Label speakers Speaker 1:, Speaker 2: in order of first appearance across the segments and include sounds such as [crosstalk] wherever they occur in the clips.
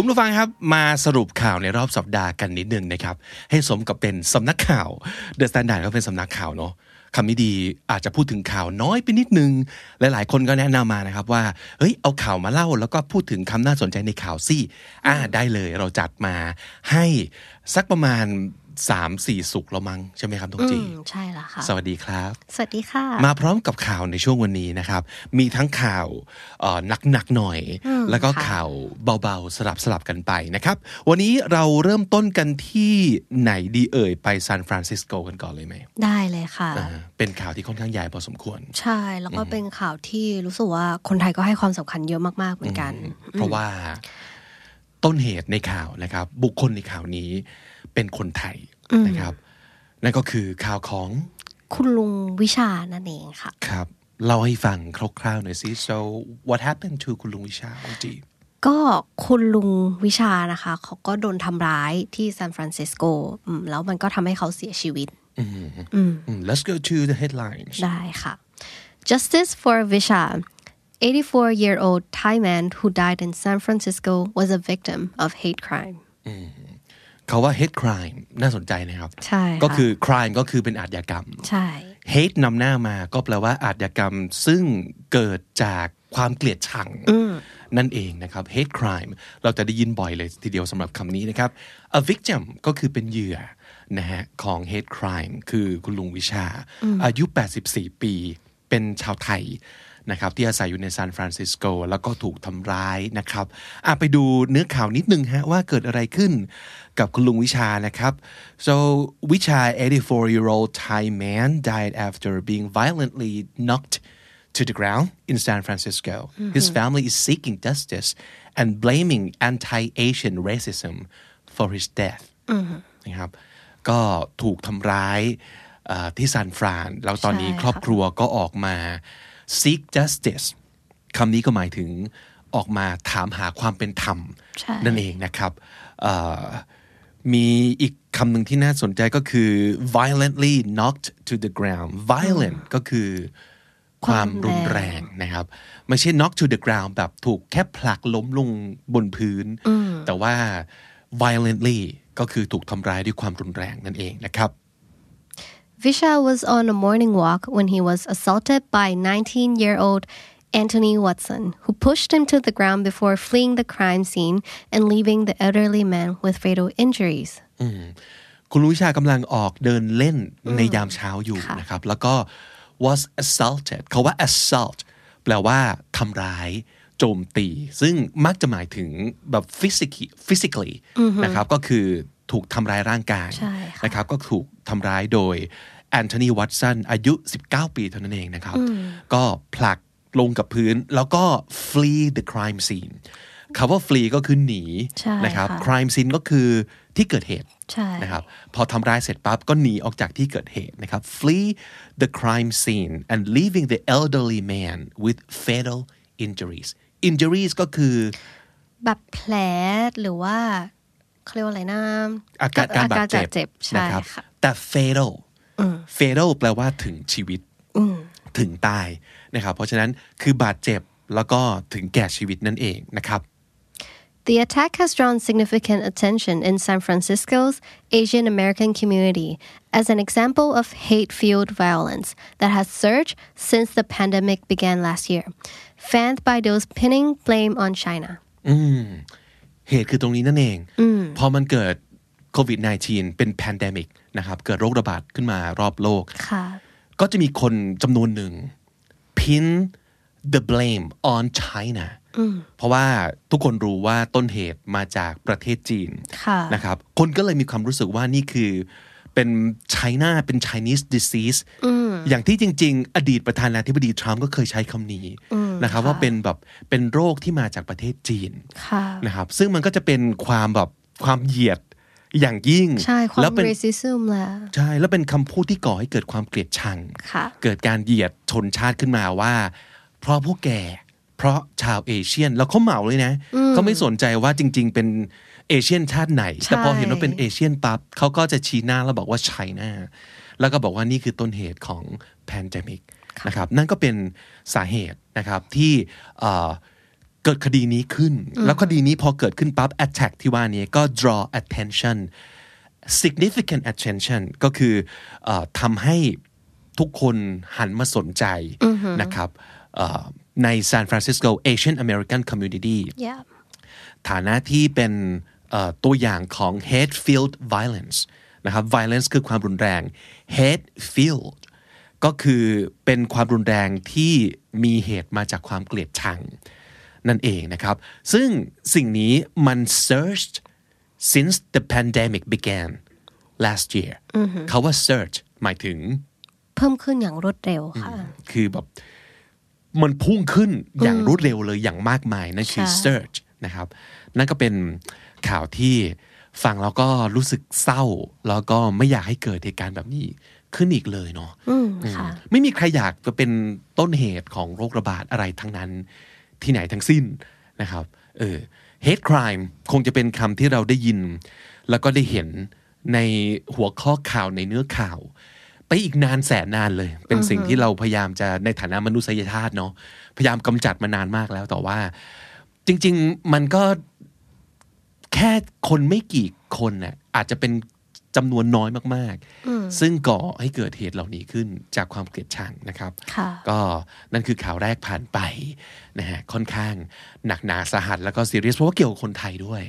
Speaker 1: คุณผู้ฟังครับมาสรุปข่าวในรอบสัปดาห์กันนิดนึงนะครับ ให้สมกับเป็นสำนักข่าวเดอะสแตนดาร์ดก็เป็นสำนักข่าวเนาะคำนี้ดีอาจจะพูดถึงข่าวน้อยไปนิดนึง หลายๆ คนก็แนะนำมานะครับว่าเฮ้ยเอาข่าวมาเล่าแล้วก็พูดถึงคำน่าสนใจในข่าวสิอ่าได้เลยเราจัดมาให้สักประมาณ 3-4 สุกแล้วมั้งใช่ไหมครับตรงจี
Speaker 2: Mm, ใช่แล้วค่ะ
Speaker 1: สวัสดีครับ
Speaker 2: สวัสดีค่ะ
Speaker 1: มาพร้อมกับข่าวในช่วงวันนี้นะครับ มีทั้งข่าวเอ่อหนักๆหน่อย
Speaker 2: อืม
Speaker 1: แล้วก็
Speaker 2: ค่ะ
Speaker 1: ข่าวเบาๆ สลับสลับกันไปนะครับ วันนี้เราเริ่มต้นกันที่ไหนดีเอ่ย ไปซานฟรานซิสโกกันก่อนเลยไหม
Speaker 2: ได้เลยค่ะ
Speaker 1: อ่าเป็นข่าวที่ค่อนข้างใหญ่พอสมควร
Speaker 2: ใช่ แล้วก็เป็นข่าวที่รู้สึกว่าคนไทยก็ให้ความสำคัญเยอะมาก ๆ เหมือนกัน
Speaker 1: เพราะว่าต้นเหตุในข่าวนะครับ บุคคลในข่าวนี้เป็นคนไทยนะครับ นั่นก็คือข่าวของ
Speaker 2: คุณลุงวิชานั่นเองค่ะ
Speaker 1: ครับเล่าให้ฟังคร่าวๆหน่อยสิ so what happened to คุณลุงวิชาอุจี
Speaker 2: ก็คุณลุงวิชานะคะ เขาก็โดนทำร้ายที่ซานฟรานซิสโกอืมแล้วมันก็ทำให้เขาเสียชีวิต
Speaker 1: อืม Mm, Let's go to the headlines.
Speaker 2: ได้ค่ะ Justice for Visha 84-year-old Thai man who died in San Francisco was a victim of hate crime
Speaker 1: เขาว่า hate crime น่าสนใจนะครับ
Speaker 2: ใช่ะ
Speaker 1: ก็คือ crime ก็คือเป็นอาชญากรรม
Speaker 2: ใช่
Speaker 1: hate นำหน้ามาก็แปลว่าอาชญากรรม ซึ่งเกิดจากความเกลียดชัง นั่นเองนะครับ hate crime เราจะได้ยินบ่อยเลยทีเดียวสำหรับคำนี้นะครับ a victim ก็คือเป็นเหยื่อนะฮะของ hate crime คือคุณลุงวิชา อายุ 84 ปี เป็นชาวไทยนะครับที่อาศัยอยู่ในซานฟรานซิสโกแล้วก็ถูกทำร้ายนะครับอ่ะไปดูเนื้อข่าวนิดนึงฮะว่าเกิดอะไรขึ้นกับคุณลุงวิชานะครับ so วิชา 84 year old Thai man died after being violently knocked to the ground in San Francisco. His family is seeking justice and blaming anti-Asian racism for his death. นะครับก็ถูกทำร้ายเอ่อที่ซานฟรานแล้วตอนนี้
Speaker 2: ใช่ค่ะ
Speaker 1: ครอบครัวก็ออกมา seek justice คำนี้ก็หมายถึงออกมาถามหาความเป็นธรรม
Speaker 2: ใช่
Speaker 1: นั่นเองนะครับเอ่อมีอีกคำหนึ่งที่น่าสนใจก็คือ violently knocked to the ground violent ก็คือ ความรุนแรงนะครับ ไม่ใช่ knock to the ground แบบถูกแค่ผลักล้มลงบนพื้น แต่ว่า violently ก็คือถูกทำร้ายด้วยความรุนแรงนั่นเองนะครับ
Speaker 2: Visha was on a morning walk when he was assaulted by 19 year old Anthony Watson, who pushed him to the ground before fleeing the crime scene and leaving the elderly man with fatal injuries.
Speaker 1: คุณลุงวิชากำลังออกเดินเล่นในยามเช้าอยู่นะครับ แล้วก็ was assaulted เขาว่า assault แปลว่าทำร้าย โจมตี ซึ่งมักจะหมายถึงแบบ physically physically นะครับ ก็คือถูกทำร้ายร่างกาย
Speaker 2: ใช่ค่ะ
Speaker 1: นะครับ ก็ถูกทำร้ายโดยแอนโทนีวัตสันอายุ 19 ปีเท่านั้นเองนะครับ ก็ผลักลงกับพื้น แล้วก็ flee the crime scene คำว่า flee ก็คือหนี
Speaker 2: ใช่
Speaker 1: นะครับ
Speaker 2: ค่ะ
Speaker 1: crime scene ก็คือที่เกิดเหตุ
Speaker 2: ใช่
Speaker 1: นะครับพอทำร้ายเสร็จปั๊บก็หนีออกจากที่เกิดเหตุนะครับ flee the crime scene and leaving the elderly man with fatal injuries injuries ก็คือ
Speaker 2: แบบแผลหรือว่าเขาเรียกว่าอะไรนะ
Speaker 1: อาการการบาดเจ็บ
Speaker 2: ใช่
Speaker 1: นะครับ
Speaker 2: ค่ะ
Speaker 1: แต่ fatal fatal แปลว่าถึงชีวิตถึงตายนะครับ เพราะฉะนั้นคือบาดเจ็บแล้วก็ถึงแก่ชีวิตนั่นเองนะครับ
Speaker 2: The attack has drawn significant attention in San Francisco's Asian American community as an example of hate fueled violence that has surged since the pandemic began last year, fanned by those pinning blame on China.
Speaker 1: เหตุคือตรงนี้นั่นเอง พอมันเกิดโควิด -19 เป็น pandemic นะครับ เกิดโรคระบาดขึ้นมารอบโลก
Speaker 2: ค่ะ
Speaker 1: ก็จะมีคนจำนวนหนึ่ง pin the blame on China เพราะว่าทุกคนรู้ว่าต้นเหตุมาจากประเทศจีน
Speaker 2: ค่ะ
Speaker 1: นะครับ คนก็เลยมีความรู้สึกว่านี่คือเป็น China เป็น Chinese disease อย่างที่จริง ๆ อดีตประธานาธิบดีทรัมป์ก็เคยใช้คำนี้นะครับ ว่าเป็นแบบเป็นโรคที่มาจากประเทศจีน
Speaker 2: ค่ะ
Speaker 1: นะครับซึ่งมันก็จะเป็นความแบบความเหยียด อย่างยิ่ง
Speaker 2: ใช่ควา
Speaker 1: แล้ว
Speaker 2: ม
Speaker 1: เป็น
Speaker 2: racism แหละ
Speaker 1: ใช่แล้วเป็นคำพูดที่ก่อให้เกิดความเกลียดชัง
Speaker 2: ค่ะ
Speaker 1: เกิดการเหยียดชนชาติขึ้นมาว่า เพราะพวกแกเพราะชาวเอเชียนแล้วเขาเหมาเลยนะเขาไม่สนใจว่าจริง ๆ เป็นเอเชียนชาติไหน แต่พอเห็นว่าเป็นเอเชียนปั๊บเขาก็จะชี้หน้าแล้วบอกว่าไชน่าแล้วก็บอกว่านี่คือต้นเหตุของแพนเดมิกนะครับนั่นก็เป็นสาเหตุนะครับที่เอ่อเกิดคดีนี้ขึ้น แล้วคดีนี้พอเกิดขึ้นปั๊บ attack ที่ว่านี้ก็ draw attention significant attention ก็คือเออทำให้ทุกคนหันมาสนใจนะครับเอ่อใน San Francisco Asian American Community
Speaker 2: yeah
Speaker 1: ฐานะที่เป็นเอ่อตัวอย่างของ hate field violence นะครับ violence คือความรุนแรง hate field ก็คือเป็นความรุนแรงที่มีเหตุมาจากความเกลียดชัง นั่นเองนะครับ ซึ่งสิ่งนี้มัน surged since the pandemic began last year เขาว่า surge หมายถึง
Speaker 2: เพิ่มขึ้นอย่างรวดเร็วค่ะ
Speaker 1: คือแบบมันพุ่งขึ้นอย่างรวดเร็วเลยอย่างมากมาย นั่นคือ
Speaker 2: ใช่
Speaker 1: search นะครับ นั่นก็เป็นข่าวที่ฟังแล้วก็รู้สึกเศร้า แล้วก็ไม่อยากให้เกิดเหตุการณ์แบบนี้ขึ้นอีกเลยเนาะ
Speaker 2: อืมค่ะ
Speaker 1: อืมไม่มีใครอยากจะเป็นต้นเหตุของโรคระบาดอะไรทั้งนั้นที่ไหนทั้งสิ้นนะครับเออ hate crime คงจะเป็นคำที่เราได้ยิน แล้วก็ได้เห็นในหัวข้อข่าวในเนื้อข่าว ไปอีกนานแสนนานเลย เป็นสิ่งที่เราพยายามจะในฐานะมนุษยชาติเนาะพยายามกำจัดมานานมากแล้วแต่ว่า จริง ๆ มันก็แค่คนไม่กี่คนน่ะอาจจะเป็นจำนวนน้อยมากๆ ซึ่งก่อให้เกิดเหตุเหล่านี้ขึ้นจากความเกลียดชังนะครับ
Speaker 2: ค่ะ
Speaker 1: ก็นั่นคือข่าวแรกผ่านไปนะฮะค่อนข้างหนักหนาสาหัสแล้วก็ซีเรียสเพราะว่าเกี่ยวกับคนไทยด้วย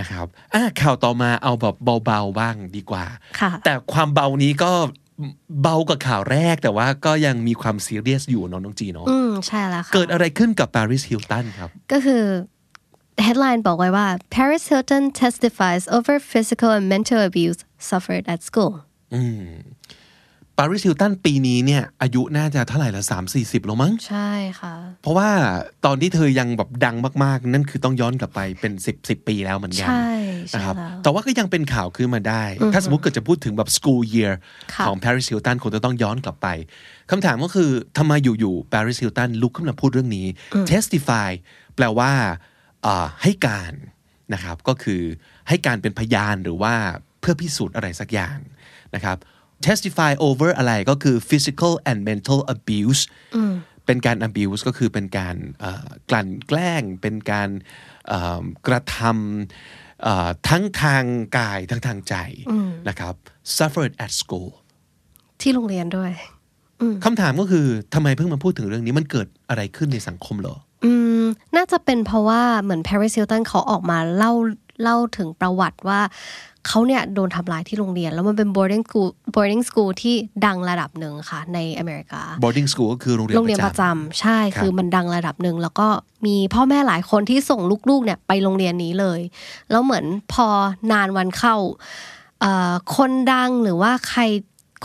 Speaker 1: นะครับอ่ะข่าวต่อมาเอาแบบเบาๆบ้างดีกว่า
Speaker 2: ค่ะ
Speaker 1: แต่ความเบานี้ก็เบากว่าข่าวแรกแต่ว่าก็ยังมีความซีเรียสอยู่เนอะน้องจีเนาะ
Speaker 2: อืมใช่แล้วค่ะ
Speaker 1: เกิดอะไรขึ้นกับปารีสฮิลตันครับ
Speaker 2: ก็คือ headline บอกไว้ว่า Paris Hilton testifies over physical and mental abuse suffered at school
Speaker 1: ปารีสฮิลตันปีนี้เนี่ยอายุน่าจะเท่าไหร่ละสามสี่สิบแล้วมั้ง
Speaker 2: ใช่ค่ะ
Speaker 1: เพราะว่าตอนที่เธอยังแบบดังมาก ๆ นั่นคือต้องย้อนกลับไปเป็นสิบสิบปีแล้วเหมือนกั
Speaker 2: ใช่ใช่
Speaker 1: นะครับ
Speaker 2: แล้ว
Speaker 1: แต่ว่าก็ยังเป็นข่าวขึ้นมาได้ ถ้าสมมติเกิดจะพูดถึงแบบ school year
Speaker 2: ค่ะ
Speaker 1: ของ Paris Hilton คงจะต้องย้อนกลับไปคำถามก็คือทำไมอยู่ ๆ Paris Hilton ลุกขึ้นมาพูดเรื่องนี้ testify แปลว่าอ่าให้การนะครับก็คือให้การเป็นพยานหรือว่าเพื่อพิสูจน์อะไรสักอย่างนะครับ testify over อะไรก็คือ physical and mental abuse เป็นการ abuse ก็คือเป็นการเอ่อกลั่นแกล้ง เป็นการเอ่อกระทำเอ่อทั้งทางกายทั้งทางใจนะครับ suffered at school
Speaker 2: ที่โรงเรียนด้วย
Speaker 1: คำถามก็คือทำไมเพิ่งมาพูดถึงเรื่องนี้มันเกิดอะไรขึ้นในสังคมเหรอ
Speaker 2: อืมน่าจะเป็นเพราะว่าเหมือน Paris Hilton เขาออกมาเล่าเล่าถึงประวัติว่าเขาเนี่ยโดนทำร้ายที่โรงเรียน แล้วมันเป็น boarding school boarding school ที่ดังระดับหนึ่งค่ะในอเมริกา
Speaker 1: boarding school ก็คือโรงเรียน
Speaker 2: โรงเรียน
Speaker 1: ป
Speaker 2: ประ
Speaker 1: จ
Speaker 2: ระจำใช่
Speaker 1: ครับ
Speaker 2: คือมันดังระดับหนึ่งแล้วก็มีพ่อแม่หลายคนที่ส่งลูกๆเนี่ยไปโรงเรียนนี้เลย แล้วเหมือนพอนานวันเข้าเอ่อคนดังหรือว่าใคร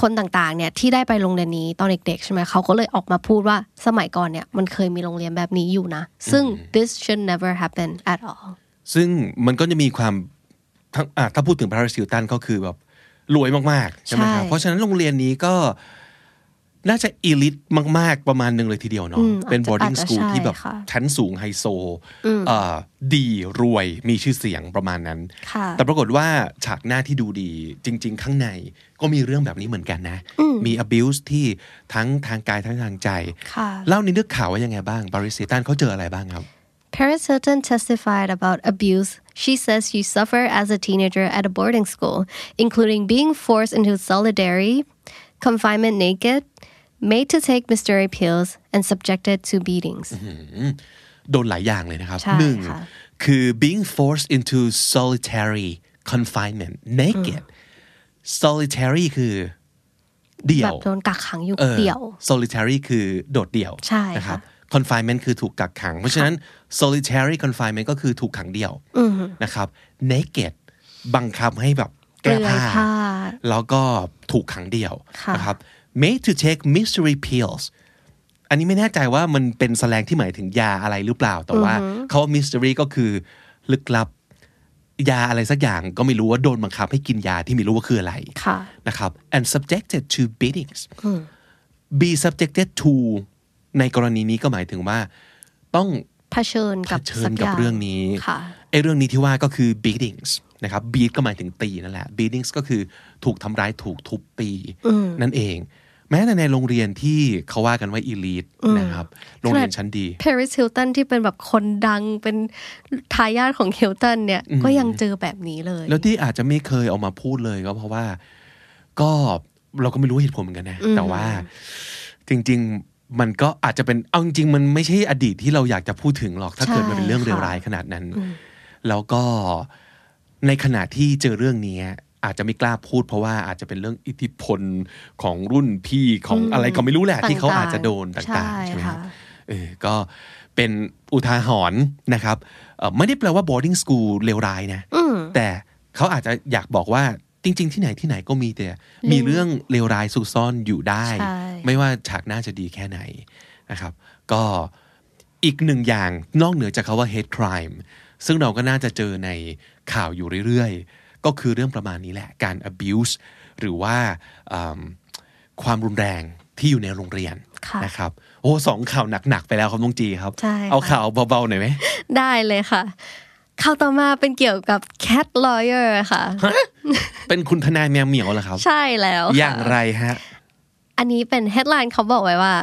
Speaker 2: คนต่างๆเนี่ยที่ได้ไปโรงเรียนนี้ตอนเด็กๆใช่ไหมเขาก็เลยออกมาพูดว่าสมัยก่อนเนี่ยมันเคยมีโรงเรียนแบบนี้อยู่นะ ซึ่ง this should never happen at all
Speaker 1: ำซึ่งมันก็จะมีความทั้งอ่ะถ้าพูดถึงพาราซิลตันก็คือแบบรวยมากๆใช่ไหมครับ
Speaker 2: ใช่
Speaker 1: เพราะฉะนั้นโรงเรียนนี้ก็น่าจะอีลิตมาก ๆ ประมาณหนึ่งเลยทีเดียวเนาะ
Speaker 2: อืม
Speaker 1: เป็น
Speaker 2: อาจจะ
Speaker 1: boarding
Speaker 2: อาจจะ
Speaker 1: school
Speaker 2: ใช่
Speaker 1: ที่แบบ
Speaker 2: ค่ะ
Speaker 1: ชั้นสูงไฮโซเอ่อดีรวยมีชื่อเสียงประมาณนั้น
Speaker 2: ค่ะ
Speaker 1: แต่ปรากฏว่าฉากหน้าที่ดูดีจริง ๆ ข้างในก็มีเรื่องแบบนี้เหมือนกันนะ มี abuse ที่ทั้งทางกายทั้งทางใจ
Speaker 2: ค่ะ
Speaker 1: เล่าในเรื่องข่าวว่ายังไงบ้าง บาริสเซตันเขาเจออะไรบ้างครับ
Speaker 2: Paris Hilton testified about abuse she says she suffered as a teenager at a boarding school, including being forced into solitary confinement naked, made to take mystery pills, and subjected to beatings.
Speaker 1: Mm-hmm. โดนหลายอย่างเลยนะครับ
Speaker 2: ใช่
Speaker 1: หนึ่ง
Speaker 2: ค่ะ
Speaker 1: คือ being forced into solitary confinement naked solitary คือเดี่ย
Speaker 2: แบ
Speaker 1: ว
Speaker 2: บโดนกักขังอยู่
Speaker 1: ออ
Speaker 2: เดี่ยว
Speaker 1: solitary คือโดดเดี่ยว
Speaker 2: ใช่ค่ะ
Speaker 1: นะครับ confinement คือถูกกักขัง เพราะฉะนั้น solitary confinement ก็คือถูกขังเดี่ยวนะครับ naked บังคับให้แบบ
Speaker 2: เป
Speaker 1: แก้
Speaker 2: ลือย
Speaker 1: ผ้า
Speaker 2: ผ้า
Speaker 1: แล้วก็ถูกขังเดี่ยว
Speaker 2: ค่ะ
Speaker 1: นะครับ made to take mystery pills อันนี้ไม่แน่ใจว่ามันเป็นแสลงที่หมายถึงยาอะไรหรือเปล่า แต่ว่าเขาว่า mystery ก็คือลึกลับ จ ยาอะไรสักอย่างก็ไม่รู้ว่าโดนบังคับให้กินยาที่ไม่รู้ว่าคืออะไร
Speaker 2: ค่ะ
Speaker 1: นะครับ and subjected to beatings be subjected to ในกรณีนี้ก็หมายถึงว่า ต้อง
Speaker 2: เผชิญกับ
Speaker 1: เผชิ
Speaker 2: สั
Speaker 1: ญ
Speaker 2: กอ
Speaker 1: กับ
Speaker 2: ย่าง
Speaker 1: เรื่องนี้
Speaker 2: ค่ะ
Speaker 1: ไอ้เรื่องนี้ที่ว่าก็คือ beatings นะครับ beat ก็หมายถึงตีนั่นแหละ beatings ก็คือถูกทำร้ายถูกทุบตีนั่นเอง แม้แต่ในโรงเรียนที่เขาว่ากันว่า elite นะครับโรงเรียนชั้นดี
Speaker 2: Paris Hilton ที่เป็นแบบคนดังเป็นทายาทของ Hilton เนี่ย ก็ยังเจอแบบนี้เลย
Speaker 1: แล้วที่อาจจะไม่เคยออกมาพูดเลยก็เพราะว่า ก็เราก็ไม่รู้เหตุผลเหมือนกันนะ แต่ว่าจริง ๆ มันก็อาจจะเป็นเอาจริงๆมันไม่ใช่อดีตที่เราอยากจะพูดถึงหรอก ถ้า
Speaker 2: ใช่
Speaker 1: เกิดมันเป็นเรื่อง
Speaker 2: ค่ะ
Speaker 1: เลวร้ายขนาดนั้น แล้วก็ในขณะที่เจอเรื่องนี้อาจจะไม่กล้าพูด เพราะว่าอาจจะเป็นเรื่องอิทธิพลของรุ่นพี่ของอะไรก็ไม่รู้แหละ ที่เขาอาจจะโดนต่างๆใช่ไหมครับ
Speaker 2: ค่ะ
Speaker 1: เออก็เป็นอุทาหรณ์นะครับเอ่อไม่ได้แปลว่า boarding school เลวร้ายนะ แต่เขาอาจจะอยากบอกว่าจริง ๆ ที่ไหนที่ไหนก็มีแต่ มีเรื่องเลวร้ายซุกซ่อนอยู่ได้
Speaker 2: ใช่
Speaker 1: ไม่ว่าฉากหน้าจะดีแค่ไหนนะครับ ก็อีกหนึ่งอย่างนอกเหนือจากคาว่า hate crime ซึ่งเราก็น่าจะเจอในข่าวอยู่เรื่อยๆ ก็คือเรื่องประมาณนี้แหละการ abuse หรือว่าอืมความรุนแรงที่อยู่ในโรงเรียน
Speaker 2: ค่ะ
Speaker 1: นะครับโอ้สองข่าวหนัก ๆ ไปแล้วครับน้องจีครับ
Speaker 2: ใช่ค่ะ
Speaker 1: เอาข่าวเบา ๆ หน่อยไหม
Speaker 2: ได้เลยค่ะ ข่าวต่อมาเป็นเกี่ยวกับ cat lawyer ค่ะ
Speaker 1: เป็นคุณทนายแมวเหมียวเหรอครับ
Speaker 2: ใช่แล้วค่ะ
Speaker 1: อย่างไรฮะ
Speaker 2: อันนี้เป็น headline เขาบอกไว้ว่า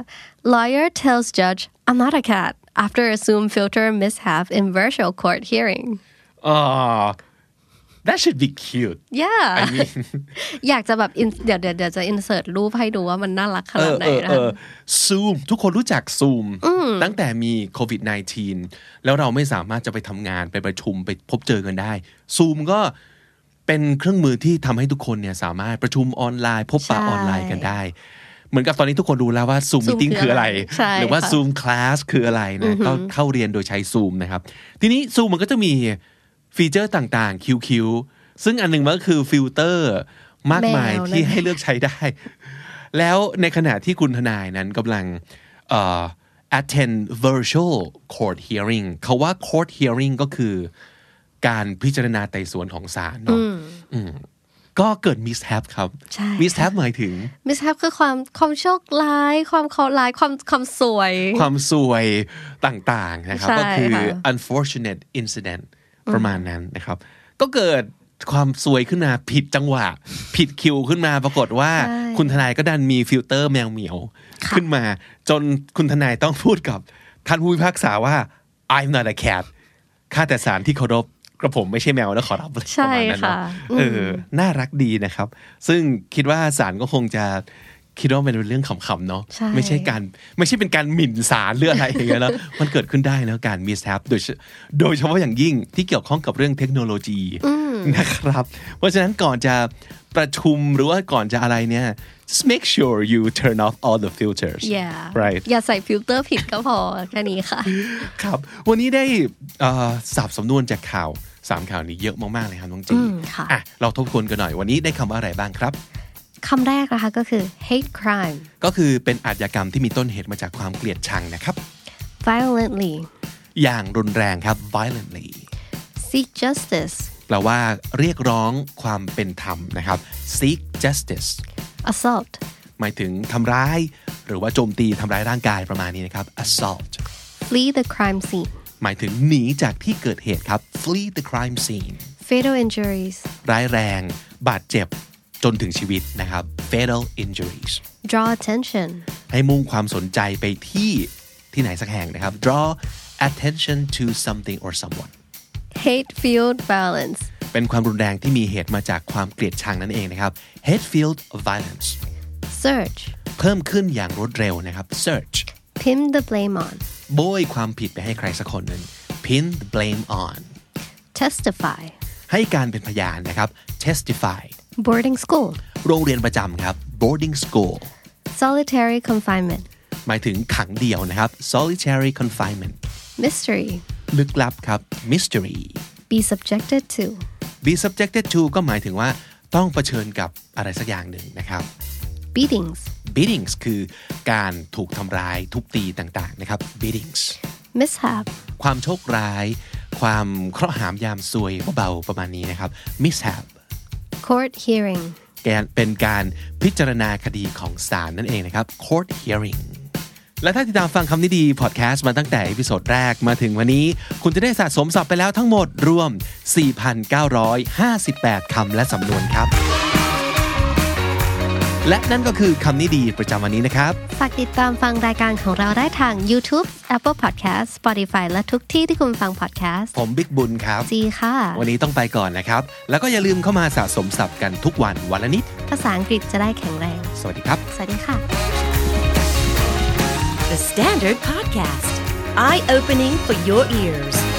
Speaker 2: lawyer tells judge I'm not a cat after assumed filter mishap in virtual court hearing
Speaker 1: อ๋อ that should be
Speaker 2: [laughs]
Speaker 1: cute
Speaker 2: yeah
Speaker 1: I mean
Speaker 2: อยากจะแบบ in- เดี๋ยวเดี๋ยวเดี๋ยวจะ insert รูปให้ดูว่ามันน่ารักข
Speaker 1: เอ
Speaker 2: นาด
Speaker 1: อ
Speaker 2: ไหน
Speaker 1: เออ
Speaker 2: นะ
Speaker 1: เอ
Speaker 2: คะ
Speaker 1: อซูมทุกคนรู้จักซูมตั้งแต่มีโควิด -19 แล้วเราไม่สามารถจะไปทำงานไปประชุมไปพบเจอกันได้ซูมก็เป็นเครื่องมือที่ทำให้ทุกคนเนี่ยสามารถประชุมออนไลน์ พบปะ
Speaker 2: ใช่
Speaker 1: ออนไลน์กันได้ เหมือนกับตอนนี้ทุกคนรู้แล้วว่าซูม
Speaker 2: Zoom
Speaker 1: มิ e
Speaker 2: คื
Speaker 1: คือ อ
Speaker 2: อะ
Speaker 1: อะไร ไร
Speaker 2: ใช่
Speaker 1: หรือว่า
Speaker 2: ค่ะ
Speaker 1: ซูมคลาสคืออะไรนะก็เข้าเรียนโดยใช้ซูมนะครับ ทีนี้ซูมมันก็จะมีฟีเจอร์ต่างๆ คิวๆซึ่งอันหนึงมันก็คือฟิลเตอร์มากมาย
Speaker 2: แมวนั่น
Speaker 1: ที่ให้เลือกใช้ได้ แล้วในขณะที่คุณทนายนั้นกำลังเอ่อ attend virtual court hearing เขาว่า court hearing ก็คือการพิจารณาไต่สวนของศาลเนาะอืมก็เกิด mishap ครับ
Speaker 2: ใช่ค่ะ
Speaker 1: mishap หมายถึง
Speaker 2: mishap คือความความโชคร้าย ความเคราะห์ร้ายความความสวย
Speaker 1: [laughs] ความสวยต่างๆนะครับ
Speaker 2: ใช่
Speaker 1: ก็คือ
Speaker 2: ค่ะ
Speaker 1: unfortunate incident ประมาณนั้นนะครับ ก็เกิดความสวยขึ้นมาผิดจังหวะ [laughs] ผิดคิวขึ้นมาปรากฏว่า
Speaker 2: ใช่
Speaker 1: คุณทนายก็ดันมีฟิลเตอร์แมวเหมียว ขึ้นมา จนคุณทนายต้องพูดกับท่านผู้พิพากษาว่า I'm not a cat ข้าแต่สารที่เคารพกระผมไม่ใช่แมวแล้วขอรับป
Speaker 2: ใช่
Speaker 1: ระมาณนั้นเนอ
Speaker 2: ค่ะอืม
Speaker 1: เออ น่ารักดีนะครับ ซึ่งคิดว่าศาลก็คงจะคิดว่ามันเป็นเรื่องขำๆเนาะ
Speaker 2: ใช่
Speaker 1: ไม่ใช่การไม่ใช่เป็นการหมิ่นศาลหรืออะไรอย่างเงี้ย
Speaker 2: [laughs]
Speaker 1: แล้วมันเกิดขึ้นได้แล้วการมีแซปโดยเฉโดยเฉพาะอย่างยิ่งที่เกี่ยวข้องกับเรื่องเทคโนโลยีนะครับ เพราะฉะนั้นก่อนจะประชุมหรือว่าก่อนจะอะไรเนี่ย just make sure you turn off all the filters
Speaker 2: yeah
Speaker 1: right
Speaker 2: อย่าใส่ฟิลเตอร์ผิดก็พอแค่นี้ค่ะ
Speaker 1: [laughs] ครับ วันนี้ได้เอ่อสับสำนวนจากข่าวสามข่าวนี้เยอะมากๆเลยครับน้องจี
Speaker 2: อืมค่ะ
Speaker 1: อ่ะเราทบทวนกันหน่อยวันนี้ได้คำว่าอะไรบ้างครับ
Speaker 2: คำแรกนะคะก็คือ hate crime
Speaker 1: ก็คือเป็นอาชญากรรมที่มีต้นเหตุมาจากความเกลียดชังนะครับ
Speaker 2: violently
Speaker 1: อย่างรุนแรงครับ violently
Speaker 2: seek justice
Speaker 1: แปลว่าเรียกร้องความเป็นธรรมนะครับ seek justice
Speaker 2: assault
Speaker 1: หมายถึงทำร้าย หรือว่าโจมตีทำร้ายร่างกายประมาณนี้นะครับ assault
Speaker 2: flee the crime scene
Speaker 1: หมายถึงหนีจากที่เกิดเหตุครับ flee the crime scene
Speaker 2: fatal injuries
Speaker 1: ร้ายแรง บาดเจ็บจนถึงชีวิตนะครับ fatal injuries
Speaker 2: draw attention
Speaker 1: ให้มุ่งความสนใจไปที่ที่ไหนสักแห่งนะครับ draw attention to something or someone
Speaker 2: hate fueled violence
Speaker 1: เป็นความรุนแรงที่มีเหตุมาจากความเกลียดชังนั่นเองนะครับ hate-filled violence
Speaker 2: search
Speaker 1: เพิ่มขึ้นอย่างรวดเร็วนะครับ search
Speaker 2: pin the blame on
Speaker 1: โบยความผิดไปให้ใครสักคนหนึ่ง pin the blame on
Speaker 2: testify
Speaker 1: ให้การเป็นพยานนะครับ testify
Speaker 2: boarding school
Speaker 1: โรงเรียนประจำครับ boarding school
Speaker 2: solitary confinement
Speaker 1: หมายถึงขังเดี่ยวนะครับ solitary confinement
Speaker 2: mystery
Speaker 1: ลึกลับครับ mystery
Speaker 2: be subjected to
Speaker 1: be subjected to ก็หมายถึงว่าต้องเผชิญกับอะไรสักอย่างหนึ่งนะครับ
Speaker 2: beatings
Speaker 1: beatings คือการถูกทำร้ายทุบตีต่างๆนะครับ beatings
Speaker 2: mishap
Speaker 1: ความโชคร้าย ความเคราะห์หามยามซวยเบาๆประมาณนี้นะครับ mishap
Speaker 2: court hearing
Speaker 1: แกนเป็นการพิจารณาคดีของศาลนั่นเองนะครับ court hearing และถ้าติดตามฟังคำนี้ดีพอดแคสต์มาตั้งแต่เอพิโซดแรกมาถึงวันนี้ คุณจะได้สะสมศัพท์ไปแล้วทั้งหมดรวม 4,958 คำและสำนวนครับ และนั่นก็คือคำนี้ดีประจำวันนี้นะครับ
Speaker 2: ฝากติดตามฟังรายการของเราได้ทาง YouTube Apple Podcast Spotify และทุกที่ที่คุณฟัง podcast
Speaker 1: ผมบิ๊กบุญครับ
Speaker 2: จีค่ะ
Speaker 1: วันนี้ต้องไปก่อนนะครับ แล้วก็อย่าลืมเข้ามาสะสมศัพท์กันทุกวันวันละนิด
Speaker 2: ภาษาอังกฤษจะได้แข็งแรง
Speaker 1: สวัสดีครับ
Speaker 2: สวัสดีค่ะ
Speaker 3: The Standard Podcast, eye opening for your ears.